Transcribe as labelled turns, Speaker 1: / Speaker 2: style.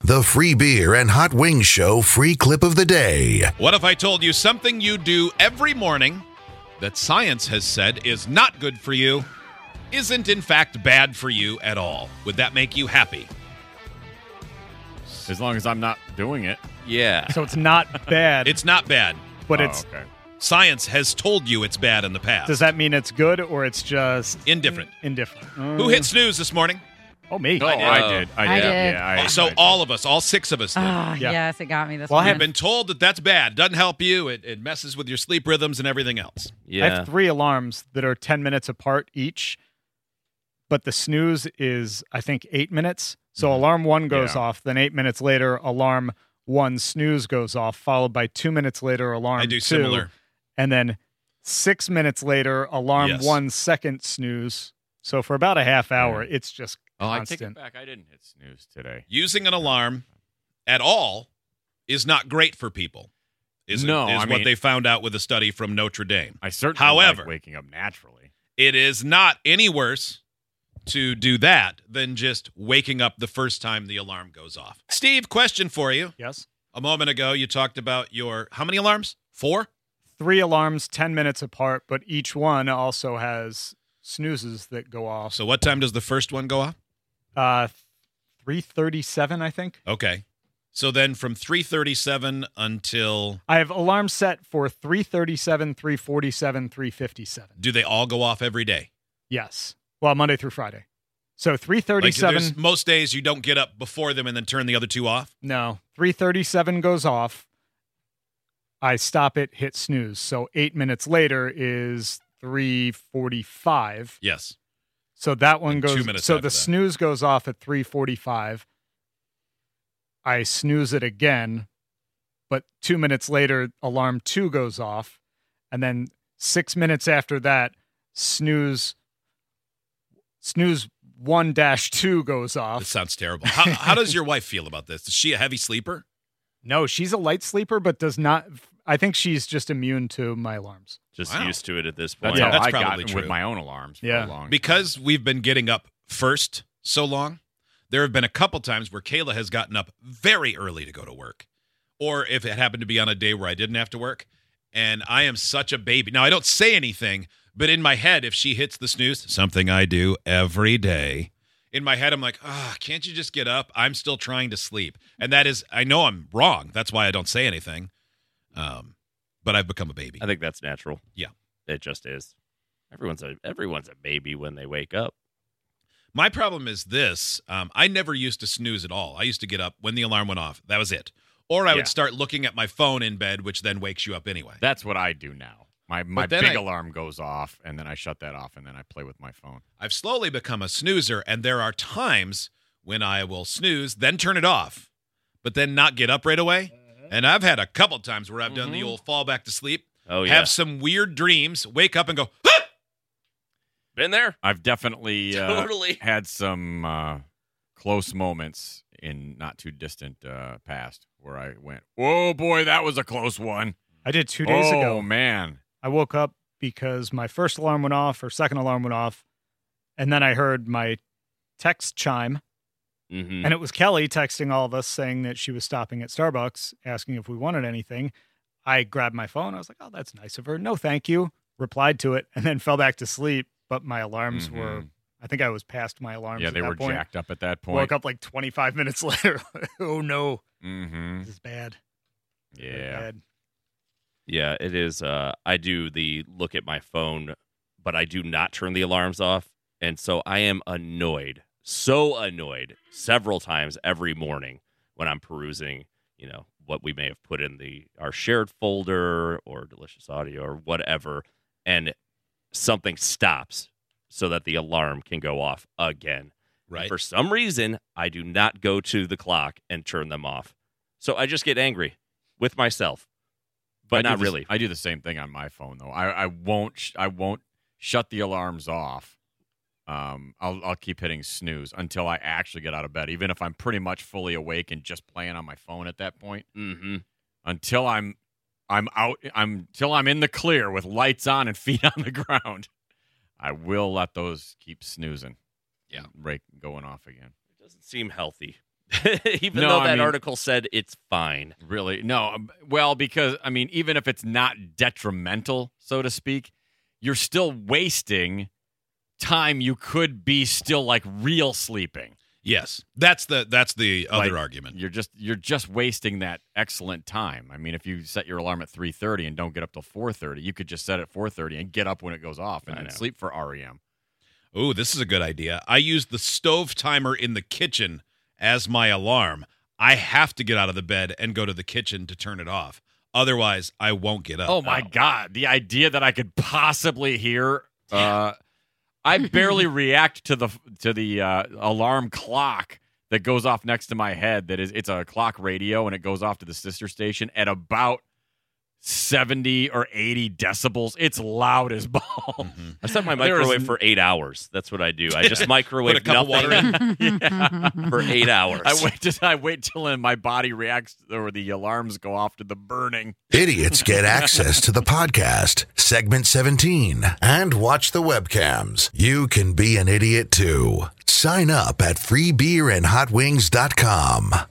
Speaker 1: The free beer and hot wings show free clip of the day.
Speaker 2: What if I told you something you do every morning that science has said is not good for you, isn't in fact bad for you at all? Would that make you happy?
Speaker 3: As long as I'm not doing it.
Speaker 2: Yeah.
Speaker 4: So it's not bad,
Speaker 2: It's not bad.
Speaker 4: but
Speaker 3: Oh,
Speaker 4: it's
Speaker 3: okay.
Speaker 2: Science has told you it's bad in the past.
Speaker 4: does that mean it's good or it's just
Speaker 2: Indifferent.
Speaker 4: Indifferent.
Speaker 2: Who hit snooze this morning?
Speaker 4: Oh me.
Speaker 3: No, I did. I,
Speaker 5: I
Speaker 3: did.
Speaker 5: did.
Speaker 3: Yeah, I,
Speaker 2: so
Speaker 3: I did.
Speaker 2: all of us, all six of us did.
Speaker 5: Ah,
Speaker 4: Yeah.
Speaker 5: yes, it got me this
Speaker 4: Well, Uh, I
Speaker 2: We've
Speaker 4: have-
Speaker 5: morning.
Speaker 2: been told that that's bad. Doesn't help you. It, it messes with your sleep rhythms and everything else.
Speaker 4: I have three alarms that are ten minutes apart each, but the snooze is I think eight minutes.
Speaker 3: Mm-hmm.
Speaker 4: So alarm one goes
Speaker 3: Yeah.
Speaker 4: off, then eight minutes later alarm one snooze goes off, followed by two minutes later alarm
Speaker 2: I do
Speaker 4: two,
Speaker 2: similar.
Speaker 4: and then six minutes later alarm
Speaker 2: Yes.
Speaker 4: one second snooze. So for about a half hour, it's just
Speaker 3: Oh, I take it
Speaker 4: constant.
Speaker 3: back. I didn't hit snooze today.
Speaker 2: Using an alarm at all is not great for people. Is,
Speaker 3: No,
Speaker 2: is
Speaker 3: I
Speaker 2: what
Speaker 3: mean-
Speaker 2: they found out with a study from Notre Dame.
Speaker 3: I certainly
Speaker 2: However-
Speaker 3: like waking up naturally.
Speaker 2: it is not any worse to do that than just waking up the first time the alarm goes off. Steve, question for you.
Speaker 4: Yes.
Speaker 2: A moment ago, you talked about your how many alarms? Four?
Speaker 4: three alarms 10 minutes apart, but each one also has snoozes that go off.
Speaker 2: So, what time does the first one go off?
Speaker 4: Uh 337 I think.
Speaker 2: Okay. So then from 337 until
Speaker 4: I have alarms set for 337, 347, 357.
Speaker 2: do they all go off every day?
Speaker 4: Yes. Well, Monday through Friday. So
Speaker 2: Like,
Speaker 4: 337
Speaker 2: there's- most days you don't get up before them and then turn the other two off.
Speaker 4: no, 337 goes off. I stop it, hit snooze. So 8 minutes later is 345.
Speaker 2: Yes.
Speaker 4: So that one
Speaker 2: And
Speaker 4: goes.
Speaker 2: two minutes
Speaker 4: so the
Speaker 2: after that.
Speaker 4: snooze goes off at three forty-five. I snooze it again, but two minutes later, alarm two goes off, and then six minutes after that, snooze snooze one dash two goes
Speaker 2: That
Speaker 4: off.
Speaker 2: sounds terrible. How, how does your wife feel about this? Is she a heavy sleeper?
Speaker 4: No, she's a light sleeper, but does not. I think she's just immune to my alarms.
Speaker 6: just
Speaker 2: Wow.
Speaker 6: used to it at this point.
Speaker 3: That's
Speaker 4: Yeah,
Speaker 3: how
Speaker 2: that's
Speaker 3: I got
Speaker 2: probably
Speaker 3: with
Speaker 2: true.
Speaker 3: my own alarms for a
Speaker 4: Yeah.
Speaker 3: long
Speaker 2: because we've been getting up first so long, there have been a couple times where Kayla has gotten up very early to go to work. Or if it happened to be on a day where I didn't have to work and I am such a baby. Now I don't say anything, but in my head, if she hits the snooze, something I do every day. In my head, I'm like, ah, can't you just get up? I'm still trying to sleep. And that is, I know I'm wrong. That's why I don't say anything. Um, but I've become a baby.
Speaker 6: I think that's natural.
Speaker 2: Yeah.
Speaker 6: It just is. Everyone's a everyone's a baby when they wake up.
Speaker 2: My problem is this: um, I never used to snooze at all. I used to get up when the alarm went off. That was it. Or I
Speaker 3: Yeah.
Speaker 2: would start looking at my phone in bed, which then wakes you up anyway.
Speaker 3: That's what I do now. My my
Speaker 2: then
Speaker 3: big
Speaker 2: I-
Speaker 3: alarm goes off and then I shut that off and then I play with my phone.
Speaker 2: I've slowly become a snoozer, and there are times when I will snooze, then turn it off, but then not get up right away. And I've had a couple times where I've done the old fall back to sleep,
Speaker 6: Oh yeah.
Speaker 2: have some weird dreams, wake up and go, "Ah!"
Speaker 6: Been there.
Speaker 3: I've definitely uh,
Speaker 6: Totally.
Speaker 3: had some uh, close moments in not too distant uh, past where I went, "Whoa, boy, that was a close one."
Speaker 4: I did two days
Speaker 3: oh,
Speaker 4: ago.
Speaker 3: man.
Speaker 4: I woke up because my first alarm went off or second alarm went off, and then I heard my text chime.
Speaker 6: Mm-hmm.
Speaker 3: Hmm.
Speaker 4: And it was Kelly texting all of us saying that she was stopping at Starbucks asking if we wanted anything. I grabbed my phone. I was like, oh, that's nice of her. No, thank you. Replied to it and then fell back to sleep. But my alarms were,
Speaker 3: Mhm.
Speaker 4: I think I was past my alarms.
Speaker 3: Yeah,
Speaker 4: at
Speaker 3: they
Speaker 4: that
Speaker 3: were
Speaker 4: point.
Speaker 3: jacked up at that
Speaker 4: Woke
Speaker 3: point.
Speaker 4: up like 25 minutes later. oh, no.
Speaker 3: Mm-hmm.
Speaker 4: This is bad. Very
Speaker 3: Yeah.
Speaker 4: bad.
Speaker 6: Yeah, it is. Uh, I do the look at my phone, but I do not turn the alarms off. And so I am annoyed, so annoyed several times every morning when I'm perusing, you know, what we may have put in the our shared folder or delicious audio or whatever, and something stops so that the alarm can go off again.
Speaker 2: right?
Speaker 6: For some reason, I do not go to the clock and turn them off. So I just get angry with myself. But
Speaker 3: I do
Speaker 6: not
Speaker 3: the-
Speaker 6: really.
Speaker 3: I do the same thing on my phone though. I, I won't sh- I won't shut the alarms off. Um, I'll I'll keep hitting snooze until I actually get out of bed, even if I'm pretty much fully awake and just playing on my phone at that point.
Speaker 6: Mm-hmm.
Speaker 3: Until I'm I'm out I'm until I'm in the clear with lights on and feet on the ground. I will let those keep snoozing.
Speaker 2: Yeah.
Speaker 3: Right going off again.
Speaker 6: It doesn't seem healthy. Even
Speaker 3: No,
Speaker 6: though
Speaker 3: I
Speaker 6: that
Speaker 3: mean-
Speaker 6: article said it's fine.
Speaker 3: Really? No. um, Well, because I mean, even if it's not detrimental, so to speak, you're still wasting time you could be still like real sleeping.
Speaker 2: Yes, that's the that's the other
Speaker 3: Like,
Speaker 2: argument.
Speaker 3: You're just you're just wasting that excellent time. I mean, if you set your alarm at 3:30 and don't get up till 4:30, you could just set it 4:30 and get up when it goes off and
Speaker 6: I
Speaker 3: then
Speaker 6: know.
Speaker 3: sleep for E REM.
Speaker 2: Ooh, this is a good idea. I use the stove timer in the kitchen as my alarm. I have to get out of the bed and go to the kitchen to turn it off. Otherwise, I won't get up.
Speaker 3: Oh my god, the idea that I could possibly hear uh I barely react to the to the uh, alarm clock that goes off next to my head that is it's a clock radio and it goes off to the sister station at about 70 or 80 decibels. It's loud as balls.
Speaker 2: Mhm.
Speaker 6: I set my
Speaker 3: There is
Speaker 6: microwave
Speaker 3: n-
Speaker 6: for eight hours. That's what I do. I just microwave
Speaker 2: Put a cup of
Speaker 6: nothing
Speaker 2: water in.
Speaker 6: for eight hours.
Speaker 3: I wait till I wait till my body reacts or the alarms go off to the burning.
Speaker 1: Idiots get access to the podcast, segment 17, and watch the webcams. You can be an idiot too. Sign up at freebeerandhotwings.com.